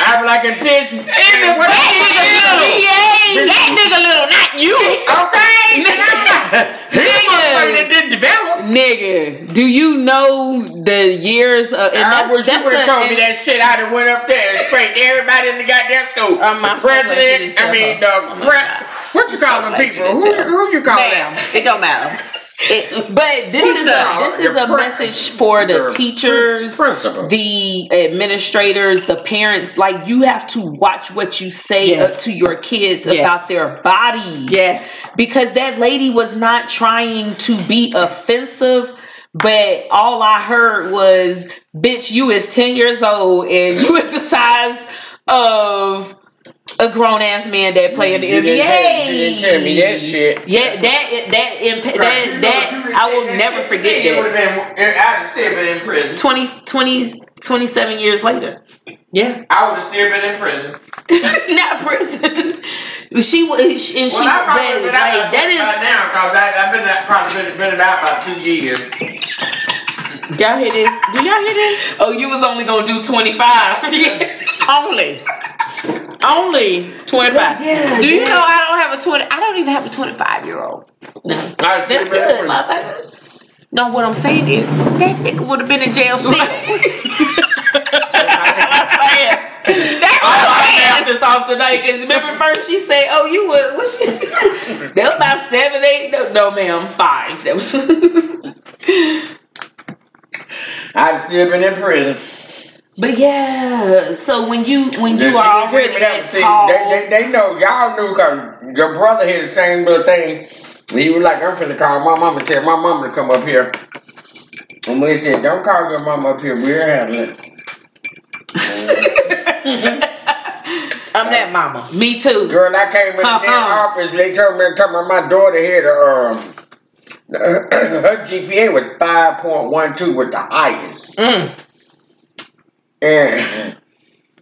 I'm like a bitch. In
That nigga little. That nigga little, not you.
[laughs] Okay. And I'm like, He's a motherfucker that didn't develop.
Nigga, do you know the years of? And
I
that's,
wish you
that's
would have
a-
told me
and-
that shit. I'd have went up there and sprayed everybody in the goddamn school.
Oh,
Um,
the
I'm so glad you
president.
didn't tell
I mean,
her.
the pre- what you
so
call them
glad you
people?
didn't
Who,
tell her.
who you call
Ma'am,
them?
It don't matter.
it- but this
What's
is
that?
a this is
Your
a
prin-
message for the
your
teachers,
principal.
the administrators, the parents. Like you have to watch what you say
Yes.
up to your kids
Yes.
about their bodies.
Yes.
because that lady was not trying to be offensive. But all I heard was, "Bitch, you is ten years old and you is the size of a grown ass man that play in the
You
NBA."
didn't tell- you didn't tell me that shit.
Yeah, that that imp-
Right.
that that I will never forget
It would
that.
have been. I'd have still been in prison.
20, 20 27 years later,
Yeah.
I would have still been in prison.
[laughs] not prison. She was, she- and she,
Well, I probably
but,
been out
like,
of
that
prison
is
by now because I've been out, probably been, been out about two years.
Y'all hear this? Do y'all hear this?
Oh, you was only gonna do twenty [laughs] five.
Only. Only 25.
Yeah,
do you
yeah.
know I don't have a 20? I don't even have a 25 year old.
I was
That's
still been in
good,
prison. [laughs]
motherfucker.
No, what I'm saying is that nigga would have been in
[laughs]
jail still.
That's what I'm saying. That's why I laughed this off tonight because remember first she said, "Oh, you [laughs] was what she said? That was about seven, [laughs] eight. No, no, ma'am, five. That was. [laughs]
I'd have still been in prison.
but yeah, so [laughs] when you when
Just
you are
see,
already
but
that
see,
tall,
They, they, they know y'all knew because your brother had the same little thing. He was like, "I'm finna call my mama, tell my mama to come up here." And we said, "Don't call your mama up here. We're handling it."
[laughs]
I'm that mama.
me too.
Girl, I came in the damn
Uh-uh.
office. They told me to tell my, my daughter here to um [clears throat] Her, her GPA was 5.12, was the highest.
Mm.
And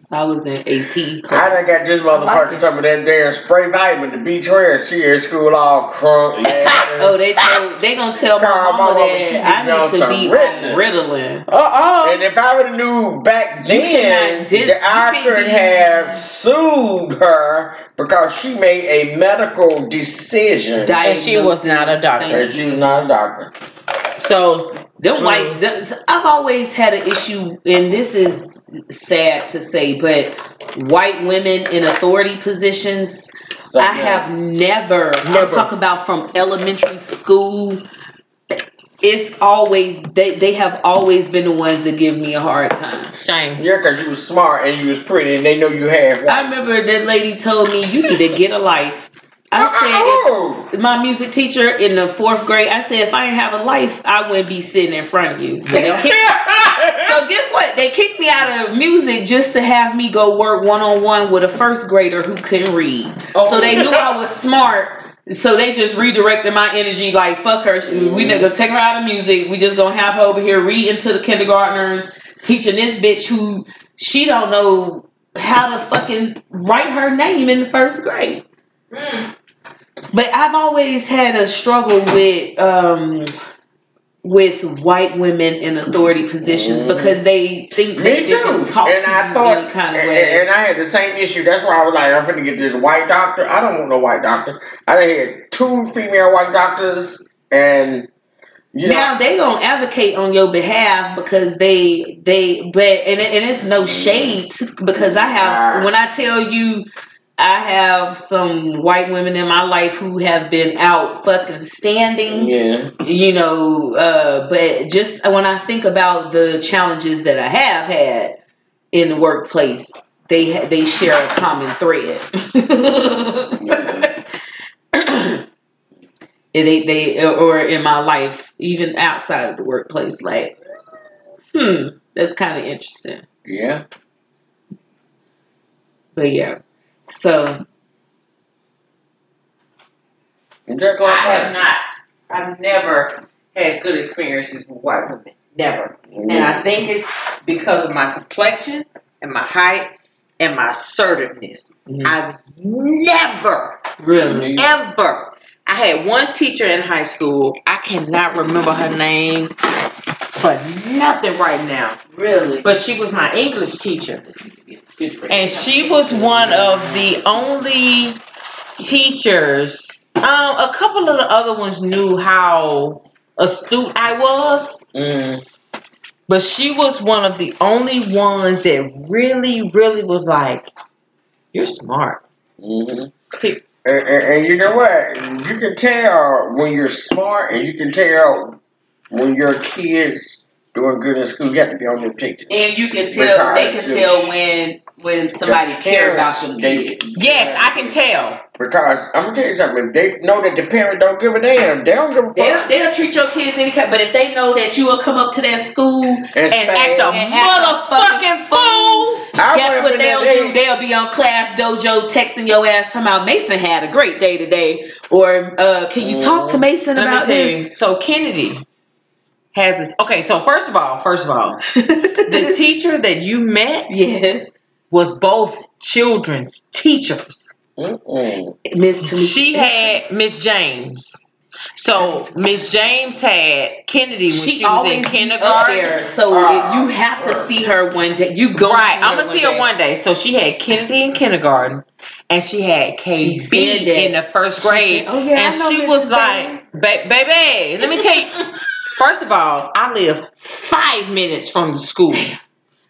So I was in AP
I
class.
done got this motherfucker some of that damn spray vitamin to be trash. She in school all crunk. Yeah.
[laughs] Oh, they told, they gonna tell my
Girl, my
mama
mama, she
that I
be on
need to
some
be
Ritalin.
on Ritalin.
And if I would have knew back
You
then
cannot dis-
that
you
I
can't
could
be-
have sued her because she made a medical decision.
And she was not a doctor.
And
Diagnosis,
she's
thank you.
not a doctor.
So
Them
Mm.
white, th- I've always had an issue, and this is sad to say, but white women in authority positions,
So,
I have never, I'm
Never.
talking about from elementary school. It's always they, they have always been the ones that give me a hard time.
shame.
Yeah, because you was smart and you was pretty and they know you had one.
I remember that lady told me you need to get a life. I said
Uh-uh, Oh,
if- my music teacher in the fourth grade. I said if I didn't have a life, I wouldn't be sitting in front of you. So they kicked
[laughs]
So guess what? They kicked me out of music just to have me go work one on one with a first grader who couldn't read.
Oh.
So they knew I was smart. So they just redirected my energy like fuck her. She- We not gonna take her out of music. We just gonna have her over here reading to the kindergartners, teaching this bitch who she don't know how to fucking write her name in the first grade.
Hmm.
But I've always had a struggle with um with white women in authority positions
Mhm.
because they think that
Me
they
too.
can talk
And
to
I
you
thought,
any kind of
and,
way.
and I had the same issue. That's why I was like, I'm finna get this white doctor. I don't want no white doctor. I done had two female white doctors, and you know,
Now they gonna advocate on your behalf because they they but and it- and it's
Mm-hmm.
no shade to, because I have when I tell you I have some white women in my life who have been out fucking standing.
yeah,
you know uh but just when i think about the challenges that i have had in the workplace they ha- they share a common thread [laughs] And they they or in my life even outside of the workplace like hmm that's kind of interesting
yeah.
[laughs] but yeah so
Just
I
like that.
have not. I've never had good experiences with white women. Never. And I think it's because of my complexion and my height and my assertiveness.
Mhm.
I've never,
really
ever. I had one teacher in high school. I cannot remember her name for nothing right now.
really
But she was my English teacher. And she was one of the only teachers. Um, a couple of the other ones knew how astute I was,
Mm.
but she was one of the only ones that really, really was like, You're smart.
Mhm. And, and, and you know what? You can tell when you're smart, and you can tell when your kids doing good in school. You have to be on their pictures.
and you can
tell- they can tell
when when
somebody care about your kids.
Yes, I can tell.
Because I'm gonna tell you something. If they know that the parent don't give a damn, they don't give a
They'll,
fuck.
they'll treat your kids any kind, but if they know that you will come up to that school and
And
Act
spank.
a
And act
motherfucking
a fucking
fool.
I went
guess
up
what
in
they'll
there,
do? They'll be on class dojo texting your ass talking about Mason had a great day today, or uh, can you talk to Mason
Let me
about
tell
this?
you. So Kennedy has this. Okay, so first of all, first of all, the teacher that you met
[laughs] yes,
was both children's teachers.
Mm-mm.
Miss Tamika.
She had Miss James. So Miss James had Kennedy when she,
She
was in Uh,
always up
kindergarten.
there, so
Ah,
if you have to
sure.
see her one day. You go
Right,
see
I'm gonna see her
day.
one day. So she had Kennedy in kindergarten, and she had
She
KB
said that.
in the first
She
grade.
said, "Oh, yeah, I
and
know
she
Mrs.
was
James."
like, ba- "Baby, let me tell
[laughs]
you. First of all, I live five minutes from the school,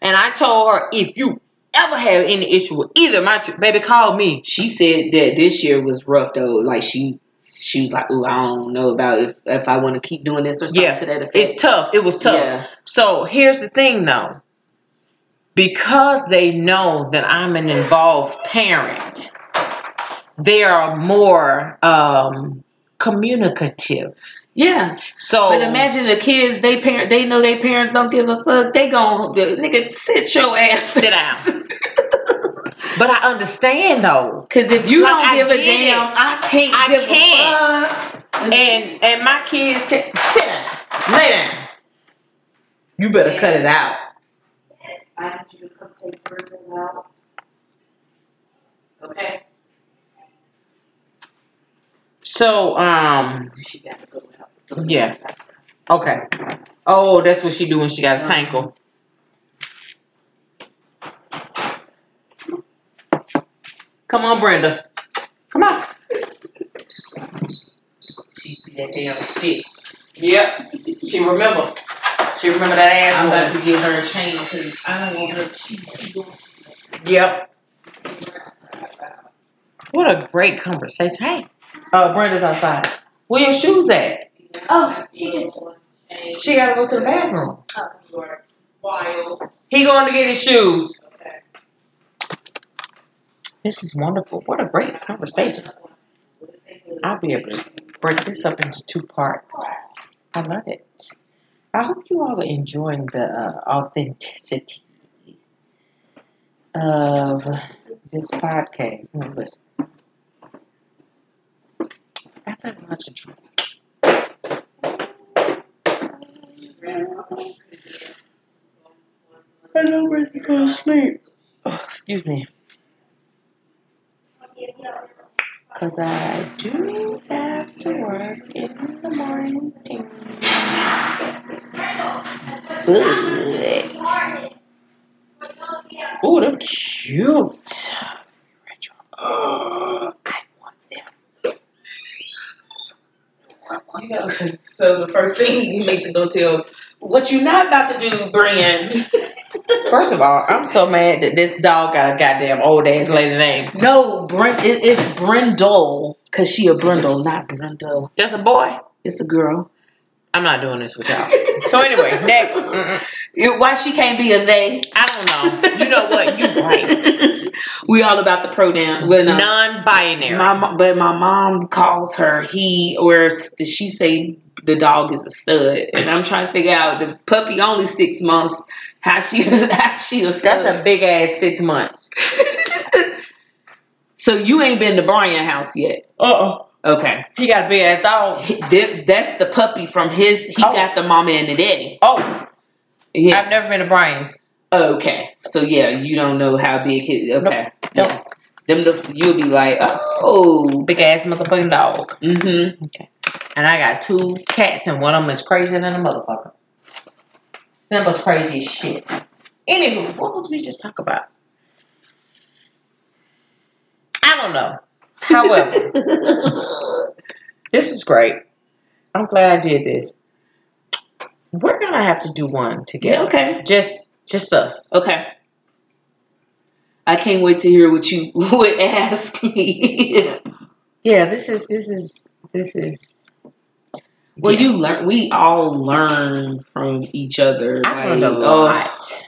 and I told her if you ever have any issue with either my tr- baby, call me.
She said that this year was rough though. Like she, she was like, "Ooh, I don't know about if if I want to keep doing this or something
Yeah,
to that effect."
It's tough. It was tough.
Yeah.
So here's the thing though. Because they know that I'm an involved parent, they are more um, communicative.
yeah.
So
But imagine the kids, they parent, they know their parents don't give a fuck. They gon' nigga sit your ass, [laughs]
Sit down. but I understand though.
Cause if you
Like,
don't
I
give a
get it.
damn, I can't
I
give
can't.
a fuck. And and my kids can sit down, lay down. You better cut it out.
I need you to come take Virgil out. Okay?
So, um,
She got to go out.
Yeah. okay. Oh, that's what she do when she got a tankle. Come on, Brenda. Come on.
She see that damn stick.
Yep. She remember. She remember that
I'm about
ass.
to give her a chain because I don't want her. She, she going
Yep. What a great conversation. Hey, uh, Brenda's outside. Where your shoes at?
Oh, she did.
She gotta go to the bathroom.
You are wild.
He going to get his shoes.
Okay.
This is wonderful. What a great conversation. I'll be able to break this up into two parts. I love it. I hope you all are enjoying the uh, authenticity of this podcast. Now listen, I've had a lot to drink. I'm not ready to go to sleep. Oh, excuse me. Because I do have to work in the morning. But. Ooh, they're cute. Rachel. Oh, I want them.
You know, so the first thing he makes it go tell what you not about to do, Brian.
First of all, I'm so mad that this dog got a goddamn old ass lady name.
no, Brent. It, it's Brendel because she a Brendel, not Brendel.
That's a boy.
It's a girl.
I'm not doing this with y'all. So anyway, next. Mm-mm.
It- why she can't be a they?
I don't know. You know what? You right.
we all about the pronoun. Well, no.
Non-binary.
My, mo- but my mom calls her he, or s- does she say the dog is a stud? And I'm trying to figure out the puppy only six months. How she [laughs] how she a stud?
That's a big ass six months.
[laughs] so you ain't been to Brian house yet.
Uh oh.
Okay.
He got a big ass dog.
That- That's the puppy from his. He
Oh.
got the mama and the daddy.
Oh,
Yeah.
I've never been to Brian's.
okay. So yeah, you don't know how big his. Okay.
Nope.
Yeah. Them the, you'll be like, oh.
Big ass motherfucking dog.
Mm-hmm.
And I got two cats, and one of them is crazier than a motherfucker. Simba's crazy as shit. Anywho, what was we just talking about? I don't know.
[laughs]
However, this is great. I'm glad I did this. We're gonna have to do one together.
Yeah, okay.
Just just us.
Okay. I can't wait to hear what you [laughs] would ask me.
Yeah, this is this is this is
well,
Yeah.
you learn. We all learn from each other.
I learned a
like, oh,
lot.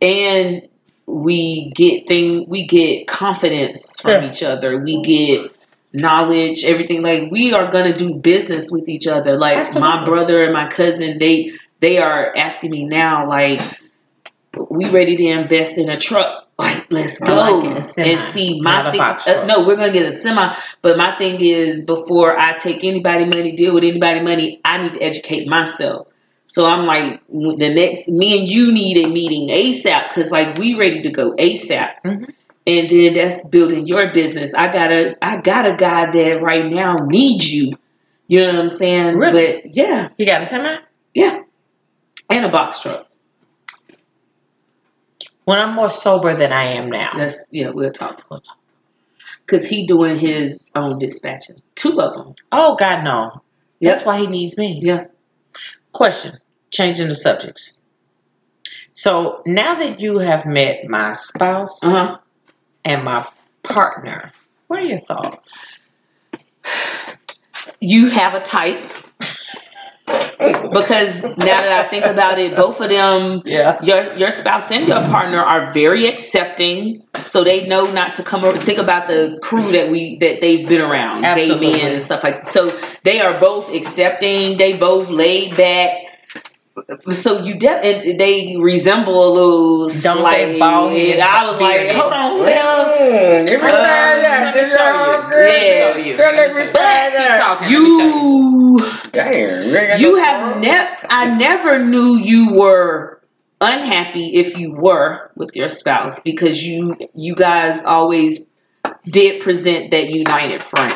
and we get thing we get confidence from
Yeah.
each other we get knowledge everything like we are gonna do business with each other like my
Absolutely.
brother and my cousin they they are asking me now like we ready to invest in a truck [laughs] like let's
Oh, I
go
like it, a semi,
and see
not
my
a
thing
box
uh,
truck.
no we're gonna get a semi but my thing is before i take anybody money deal with anybody money i need to educate myself so I'm like, w- the next, me and you need a meeting ASAP because like we ready to go ASAP.
Mhm.
And then that's building your business. I got a, I got a guy that right now needs you. You know what I'm saying?
Really?
But yeah,
You got a semi?
yeah. And a box truck.
When I'm more sober than I am now.
That's yeah. We'll talk. We'll talk. Cause he doing his own dispatching. Two of them.
Oh God, no. That's
Yep.
why he needs me.
Yeah.
Question. Changing the subjects. So now that you have met my spouse
Uh-huh.
and my partner, what are your thoughts?
You have a type [laughs] because now that I think about it, both of them
Yeah.
your your spouse and your partner are very accepting, so they know not to come over. Think about the crew that we that they've been around,
Absolutely.
gay men and stuff like. So they are both accepting. They both laid back. so you de- and they resemble a little.
Don't they
slight-
bald head,
I was like,
bearded?
hold on, Oh, well, Uh,
Mm, you can
Um,
find out.
let me
This
show
all
you.
good.
Yeah.
Girl, let me
Keep
find out.
talking, let me show you.
you
Damn, ain't got
you
no
have
phone?
never i never knew you were unhappy if you were with your spouse because you you guys always did present that united front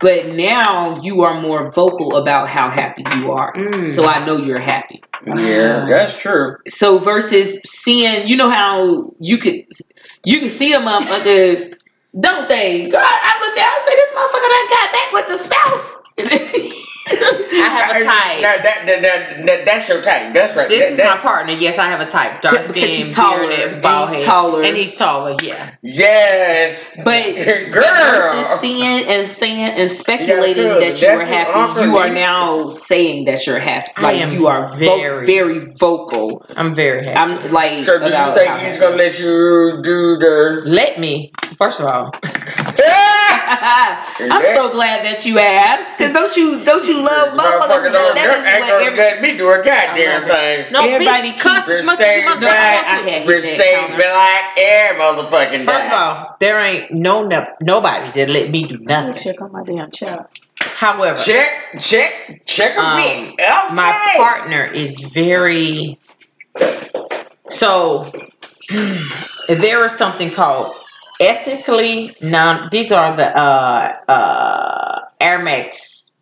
but now you are more vocal about how happy you are
Mm.
so i know you're happy
Yeah, that's true.
so versus seeing you know how you could you could see a motherfucker don't they girl i looked at i said this motherfucker done got back with the spouse [laughs]
I have a type.
Now, that, that, that, that, that's your type. That's right.
This
That-
is
that-
my partner. Yes, I have a type. Dark
Because- because
skin,
he's taller,
bearded,
and
bald
he's
head,
taller.
and he's taller. Yeah,
Yes.
But-
[laughs]
versus
girl.
seeing and saying and speculating
Yeah,
that
because
you were
that's
happy,
awkward.
you are now saying that you're happy.
I
Like
am
you are vo-
very-
very vocal.
I'm very happy.
I'm like
So do you
about
think
how
he's gonna let you do the?
Let me. First of all,
[laughs] I'm so glad that you asked, cause don't you don't you love motherfuckers?
Motherfucker don't
That is
ain't
what
gonna
every-
let me do a goddamn
I love
thing.
no
Everybody
bitch cuss
Bitch
as much as
stay
you motherfucker
black,
want
I had hit
bitch
that
stay
counter.
black air motherfucking
to. First of
day.
all, there ain't no, no nobody that let me do
Let me
nothing.
check on my damn child.
However,
Check, check, check a
Um,
bit. Okay.
my partner is very so [sighs] there is something called ethically non these are the uh uh air max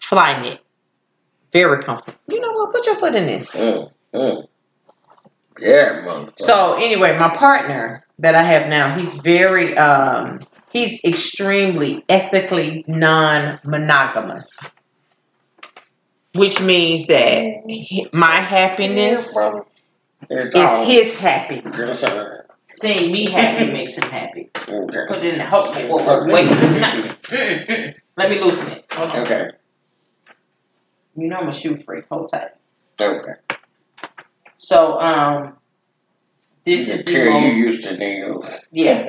flynet very comfortable you know what put your foot in this
Mm, mm. Yeah, motherfucker.
so anyway my partner that i have now he's very um he's extremely ethically non-monogamous which means that he- my happiness
It's all
is his happy.
concern.
Seeing me happy makes him happy.
Okay.
Put it in the hope. Whoa, whoa, wait. Nah. Mm-mm, mm. Let me loosen it. Hold on.
Okay.
You know I'm a shoe freak. Hold tight.
Okay.
So, um, this
You
is
can
the
tell you
most
used to deals.
yeah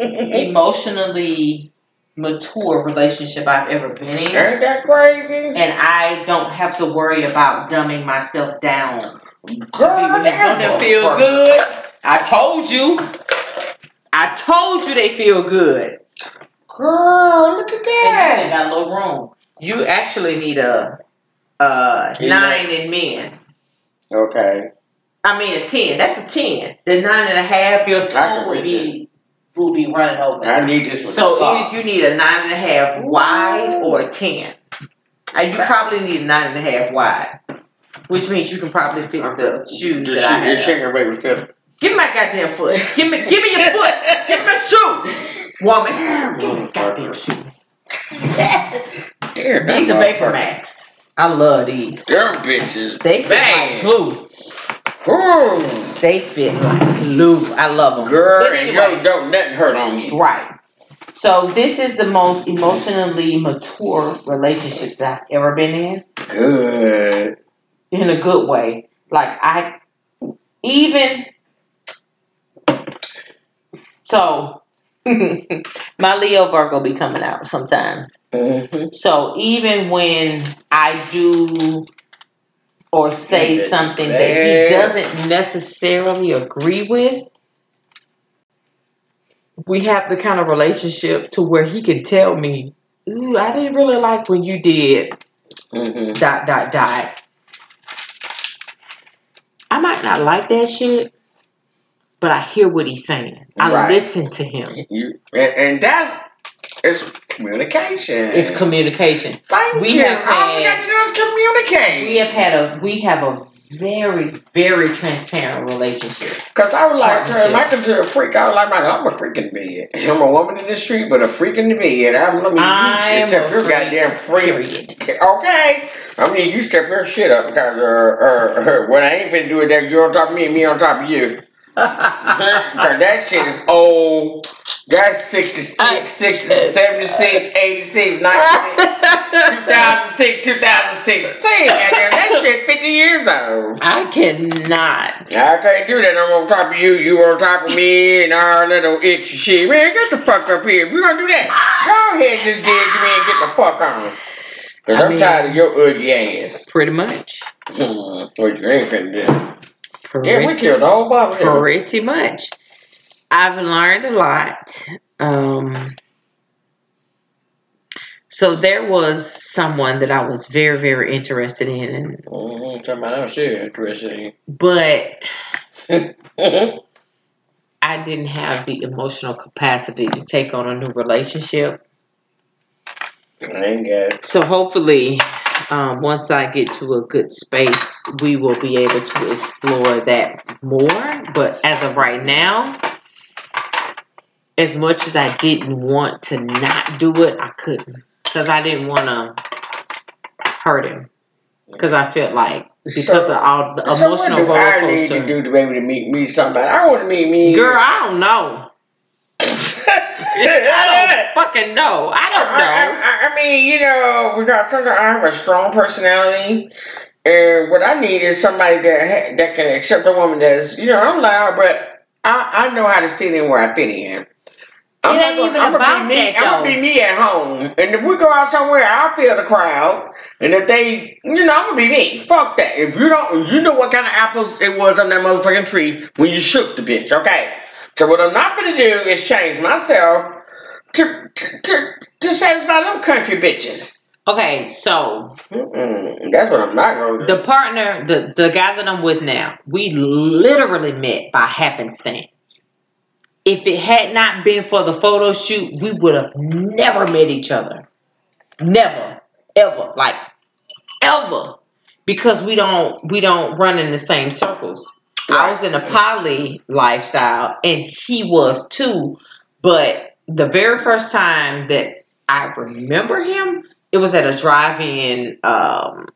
emotionally mature relationship I've ever been in,
Ain't that crazy?
and I don't have to worry about dumbing myself down.
Girl,
People that don't feel
motherfucker.
good. I told you. I told you they feel good.
Girl, look at
And you
that.
got a little room. You actually need a, a
Yeah.
nine in men.
Okay.
I mean a ten. That's a ten. The nine and a half, your
can
two will
fit
be will be running over.
I need this one.
so
soft.
either you need a nine and a half wide or a ten. And you probably need a nine and a half wide. Which means you can probably fit the shoes
Just
that
shake,
I have.
just shake your baby feeling.
Give me my goddamn foot. Give me give me your foot. Give me my shoe. Woman. Give me my goddamn shoe.
[laughs] Damn,
These are Vapor Max. I love these.
Them bitches.
They fit like
bang.
glue.
Ooh.
They fit like glue. I love them.
Girl,
But
and
anyway.
don't, don't nothing hurt on you.
Right. So this is the most emotionally mature relationship that I've ever been in,
Good.
in a good way. Like I even so [laughs] my Leo Virgo be coming out sometimes.
Mm-hmm.
So even when I do or say
Yeah,
something
man.
that he doesn't necessarily agree with, we have the kind of relationship to where he can tell me, Ooh, I didn't really like when you did
Mm-hmm.
dot dot dot. I might not like that shit, but I hear what he's saying. I
Right.
listen to him.
You, and, and that's it's communication.
It's communication.
Thank
we
you.
have
All we
had-
got to do is communicate.
We have had a we have a very, very transparent relationship.
Cause I was like, girl, am
Partnership.
I considered a freak? I was like, man, I'm a freak in bed. I'm a woman in the street, but a freak in the bed. I'm let me
I'm
you step
a
your
freak,
goddamn freak.
[laughs] period.
Okay, I mean you step your shit up because uh, uh, uh, when I ain't finna do it, that you on top of me and me on top of
[laughs]
you. Cause that shit is old. That's 66, 60, 76, 86,
[laughs]
96, 2006, 2016. Goddamn, that shit 50 years old.
I cannot.
I can't do that. I'm on top of you. You on top of me, and our little itchy shit. Man, get the fuck up here. If you're gonna do that, go ahead, and just get to me and get the fuck on. Because
I
I'm
mean-
tired of your ugly ass.
Pretty much.
Mm, What you ain't finna do. Yeah, we
Pretty,
killed a whole bottle. there.
pretty much. I've learned a lot. Um, so there was someone that I was very, very interested in, and-
Mm, somebody else here [laughs] interested
but
in you.
I didn't have the emotional capacity to take on a new relationship.
I ain't got it.
So hopefully, um, once I get to a good space, we will be able to explore that more. But as of right now, as much as I didn't want to not do it, I couldn't because I didn't want to hurt him because I felt like because
So-
of all the
So what
emotional
do
roller
I need to
coaster.
do to be able to meet me somebody? I want to meet me.
Girl, I don't
[laughs]
know. I don't fucking know. I don't know.
I, I, I mean, you know, because sometimes I have a strong personality, and what I need is somebody that ha- that can accept a woman that's, you know, I'm loud, but I, I know how to sit in where I fit in. I'm not
It ain't
gonna-
even
I'm gonna
about
be me.
that,
I'm gonna
though.
be me at home, and if we go out somewhere, I'll feel the crowd. And if they, you know, I'm gonna be me. Fuck that. If you don't, you know what kind of apples it was on that motherfucking tree when you shook the bitch. Okay. So what I'm not gonna do is change myself to to to, to satisfy them country bitches. [laughs]
Okay, so
Mm-mm, that's what I'm not gonna do.
the partner, the the guy that I'm with now, we literally met by happenstance. If it had not been for the photo shoot, we would have never met each other. Never, ever, like ever, because we don't we don't run in the same circles. I was in a poly lifestyle, and he was too. But the very first time that I remember him, it was at a drive-in um,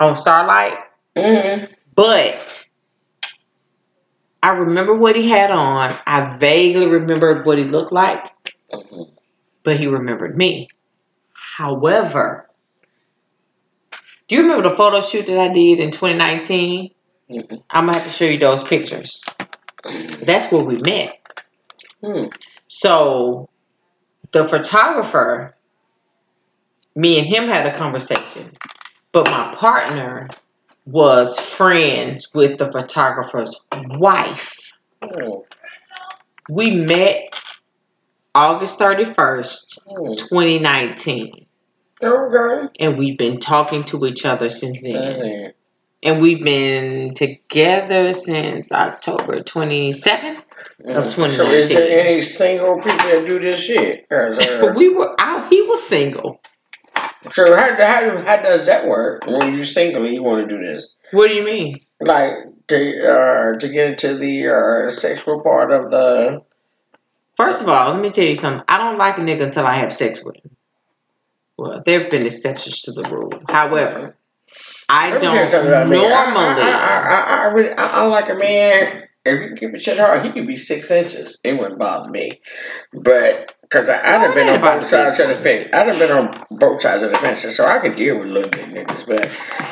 on Starlight.
Mm-mm.
But I remember what he had on. I vaguely remembered what he looked like, but he remembered me. However, do you remember the photo shoot that I did in 2019?
Mm-mm.
I'm gonna have to show you those pictures. That's where we met.
Hmm.
So the photographer, me and him had a conversation, but my partner was friends with the photographer's wife.
Mm,
We met August 31st,
mm.
2019,
Okay.
and we've been talking to each other since then.
Mm.
And we've been together since October 27th. Of
So is
2019.
there any single people that do this shit? 'Cause, uh,
[laughs] we were out, he was single.
So how, how how does that work when you single and you want to do this?
What do you mean?
Like to uh, to get into the uh, sexual part of the
First of all, let me tell you something. I don't like a nigga until I have sex with him. Well, there have been exceptions to the rule. However, I
Let me tell you
don't
something about me. I-
normally.
I, I, I, I, I really I, I like a man. If you keep it shit hard, he could be six inches. It wouldn't bother me. But because I, I done
it
been
ain't
on
about
both
the big
sides of the fence. I done been on both sides of the fence, so I can deal with little bit niggas. But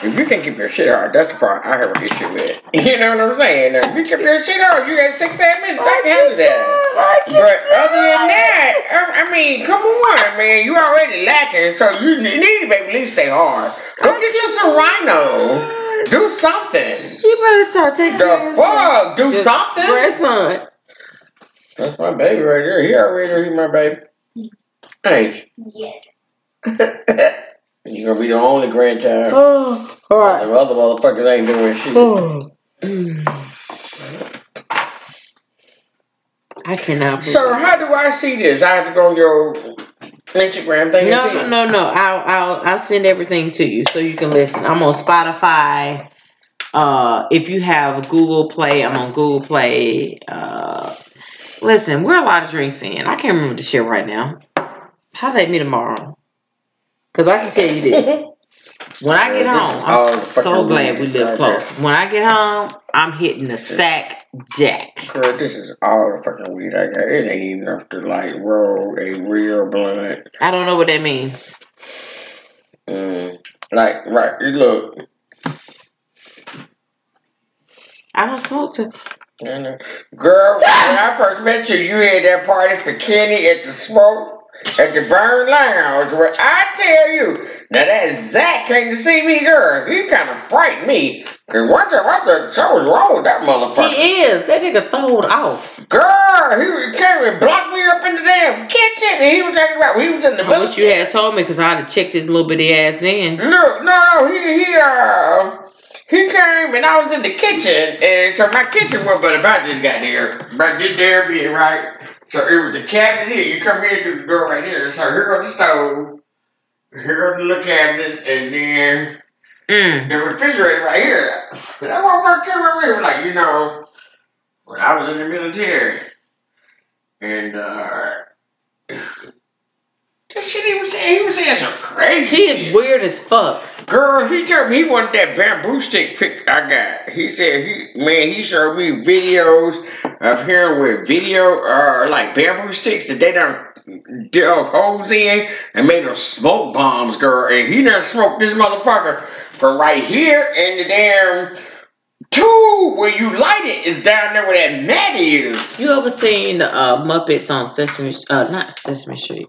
if you can keep your shit hard, that's the part I have an issue with. [laughs] You know what I'm saying? If you keep your shit hard, you got six, seven minutes. I can handle that. But other than that, I, I mean, come on, man. You already lacking, so you need to baby, at least stay hard. Go get you some rhino. Do something.
You better start taking
The fuck? Do something.
Grandson.
That's my baby right there. He already he my baby. Thanks. [laughs]
Yes.
You're gonna be the only grandchild.
Oh, all
The other motherfuckers ain't doing shit.
Oh. I cannot. Believe
So how do I see this? I have to go on your Instagram thing and
No,
see.
no, no, no. I'll, I'll, I'll send everything to you so you can listen. I'm on Spotify. Uh, if you have Google Play, I'm on Google Play. Uh, listen, we're a lot of drinks in. I can't remember the shit right now. How at me tomorrow? Cause I can tell you [laughs] this. When I get
This is
home,
all
I'm
the fucking
so glad
weed
we live
right
close. When I get home, I'm hitting the sack jack.
Girl, this is all the fucking weed I got. It ain't enough to like roll a real blunt.
I don't know what that means.
Mm. Like, right, you look.
I don't smoke too.
Girl, when I first met you, you had that party for Kenny at the smoke. at the Vern Lounge where I tell you, now that Zach came to see me, girl, he kind of frightened me. Cause one time I thought something was wrong with that motherfucker.
He is. That nigga throwed off.
Girl, he came and blocked me up in the damn kitchen and he was talking about, he was in the
I
middle.
wish you had told me because I'd have checked his little bitty ass then.
Look, no, no, he he uh he came and I was in the kitchen and so my kitchen was but about this got there. But this there being right. So it was the cabinets here. You come in through the door right here. So here goes the stove. Here goes the little cabinets and then
Mm.
the refrigerator right here. And I walked came over here like, you know, when I was in the military and uh [sighs] that shit he was saying, he was saying some crazy
He
shit.
is weird as fuck.
Girl, he told me he wanted that bamboo stick pic I got. He said he man, he showed me videos of him with video uh like bamboo sticks that they done dug holes in and made them smoke bombs, girl. And he done smoked this motherfucker from right here and the damn tube where you light it is down there where that mat is.
You ever seen uh, Muppets on Sesame? Uh, not Sesame Street.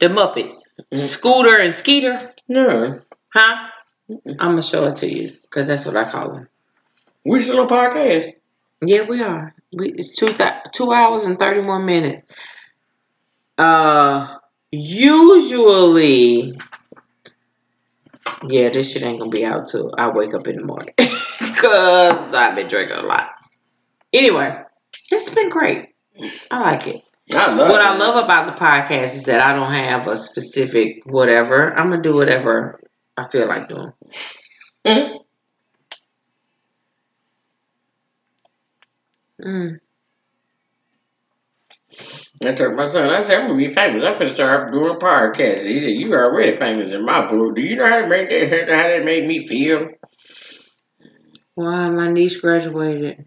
The Muppets, Scooter and Skeeter,
No.
huh? I'm gonna show it to you because that's what I call them.
We still on podcast.
Yeah, we are. We, it's two thou- two hours and thirty one minutes. Uh, usually, yeah, this shit ain't gonna be out till I wake up in the morning [laughs] because I've been drinking a lot. Anyway, it's been great. I like it.
I love
what I
it.
love about the podcast is that I don't have a specific whatever. I'm gonna do whatever I feel like doing.
Mhm.
Mm.
I told my son, I said, I'm gonna be famous. I'm gonna start doing podcasts. He said, You already famous in my book. Do you know how that made that how that made me feel?
Why my niece graduated?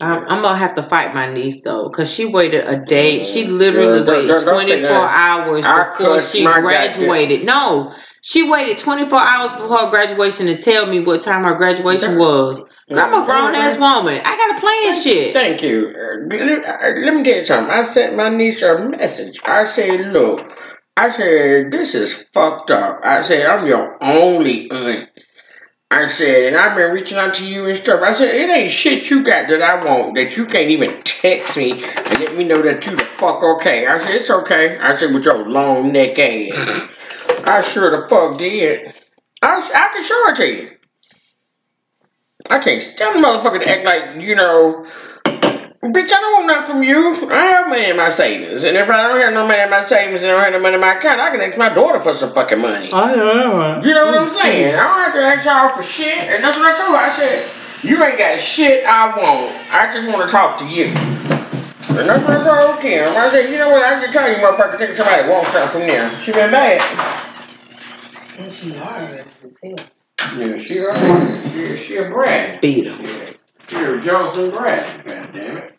I'm, I'm gonna have to fight my niece though, cause she waited a day. She literally
Yeah, don't-
waited
don't- don't say
24
that.
hours
I
before
cussed
she
my
graduated. No, she waited 24 hours before her graduation to tell me what time her graduation
That-
was. I'm a
Yeah.
grown ass woman. I gotta plan shit.
Thank you. Uh, Let, uh, let me tell you something. I sent my niece a message. I said, Look, I said, This is fucked up. I said, I'm your only aunt. I said, and I've been reaching out to you and stuff. I said, it ain't shit you got that I want that you can't even text me and let me know that you the fuck okay. I said, it's okay. I said, with your long neck ass. I sure the fuck did. I, I can show it to you. I can't stand a motherfucker to act like, you know, bitch, I don't want nothing from you. I have money in my savings. And if I don't have no money in my savings and I don't have no money in my account, I can ask my daughter for some fucking money.
I know.
You know what I'm saying? I don't have to ask y'all for shit. And that's what I told her. I said, you ain't got shit I want. I just want to talk to you. And that's what I told Kim. I said, you know what? I just tell you, motherfucker, think somebody wants something from there. She been bad.
And she hard as hell.
Yeah, she a, she, she a brat.
Beat him.
She a Johnson brat. God damn it.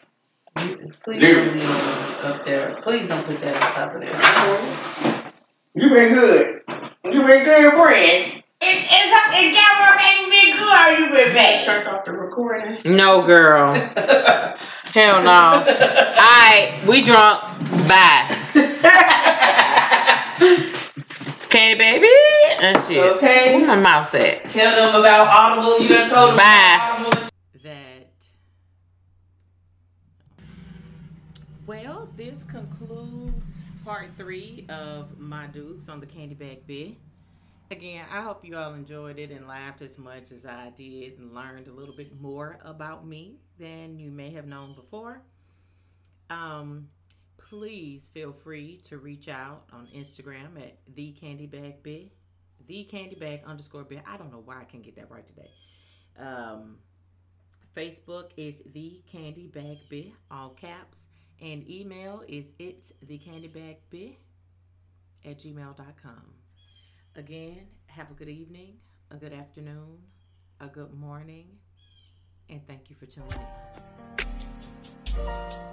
Please
Dude.
don't leave it up there. Please don't put that on top of there.
You been good. You been good, Brad. It, it's, it got what made me good. You been bad.
Turned off the recording.
No, girl. Hell no. Alright, we drunk. Bye. Candy baby and shit.
Okay.
Where my mouse at?
Tell them about Audible. You done told them
Bye.
about Audible.
that well this concludes part three of my dukes on the candy bag bit again i hope you all enjoyed it and laughed as much as i did and learned a little bit more about me than you may have known before um please feel free to reach out on instagram at the candy bag bit the candy bag underscore bit i don't know why i can't get that right today um Facebook is the Candy Bag Bit, all caps, and email is it's the Candy Bag Bit at gmail.com. Again, have a good evening, a good afternoon, a good morning, and thank you for tuning in.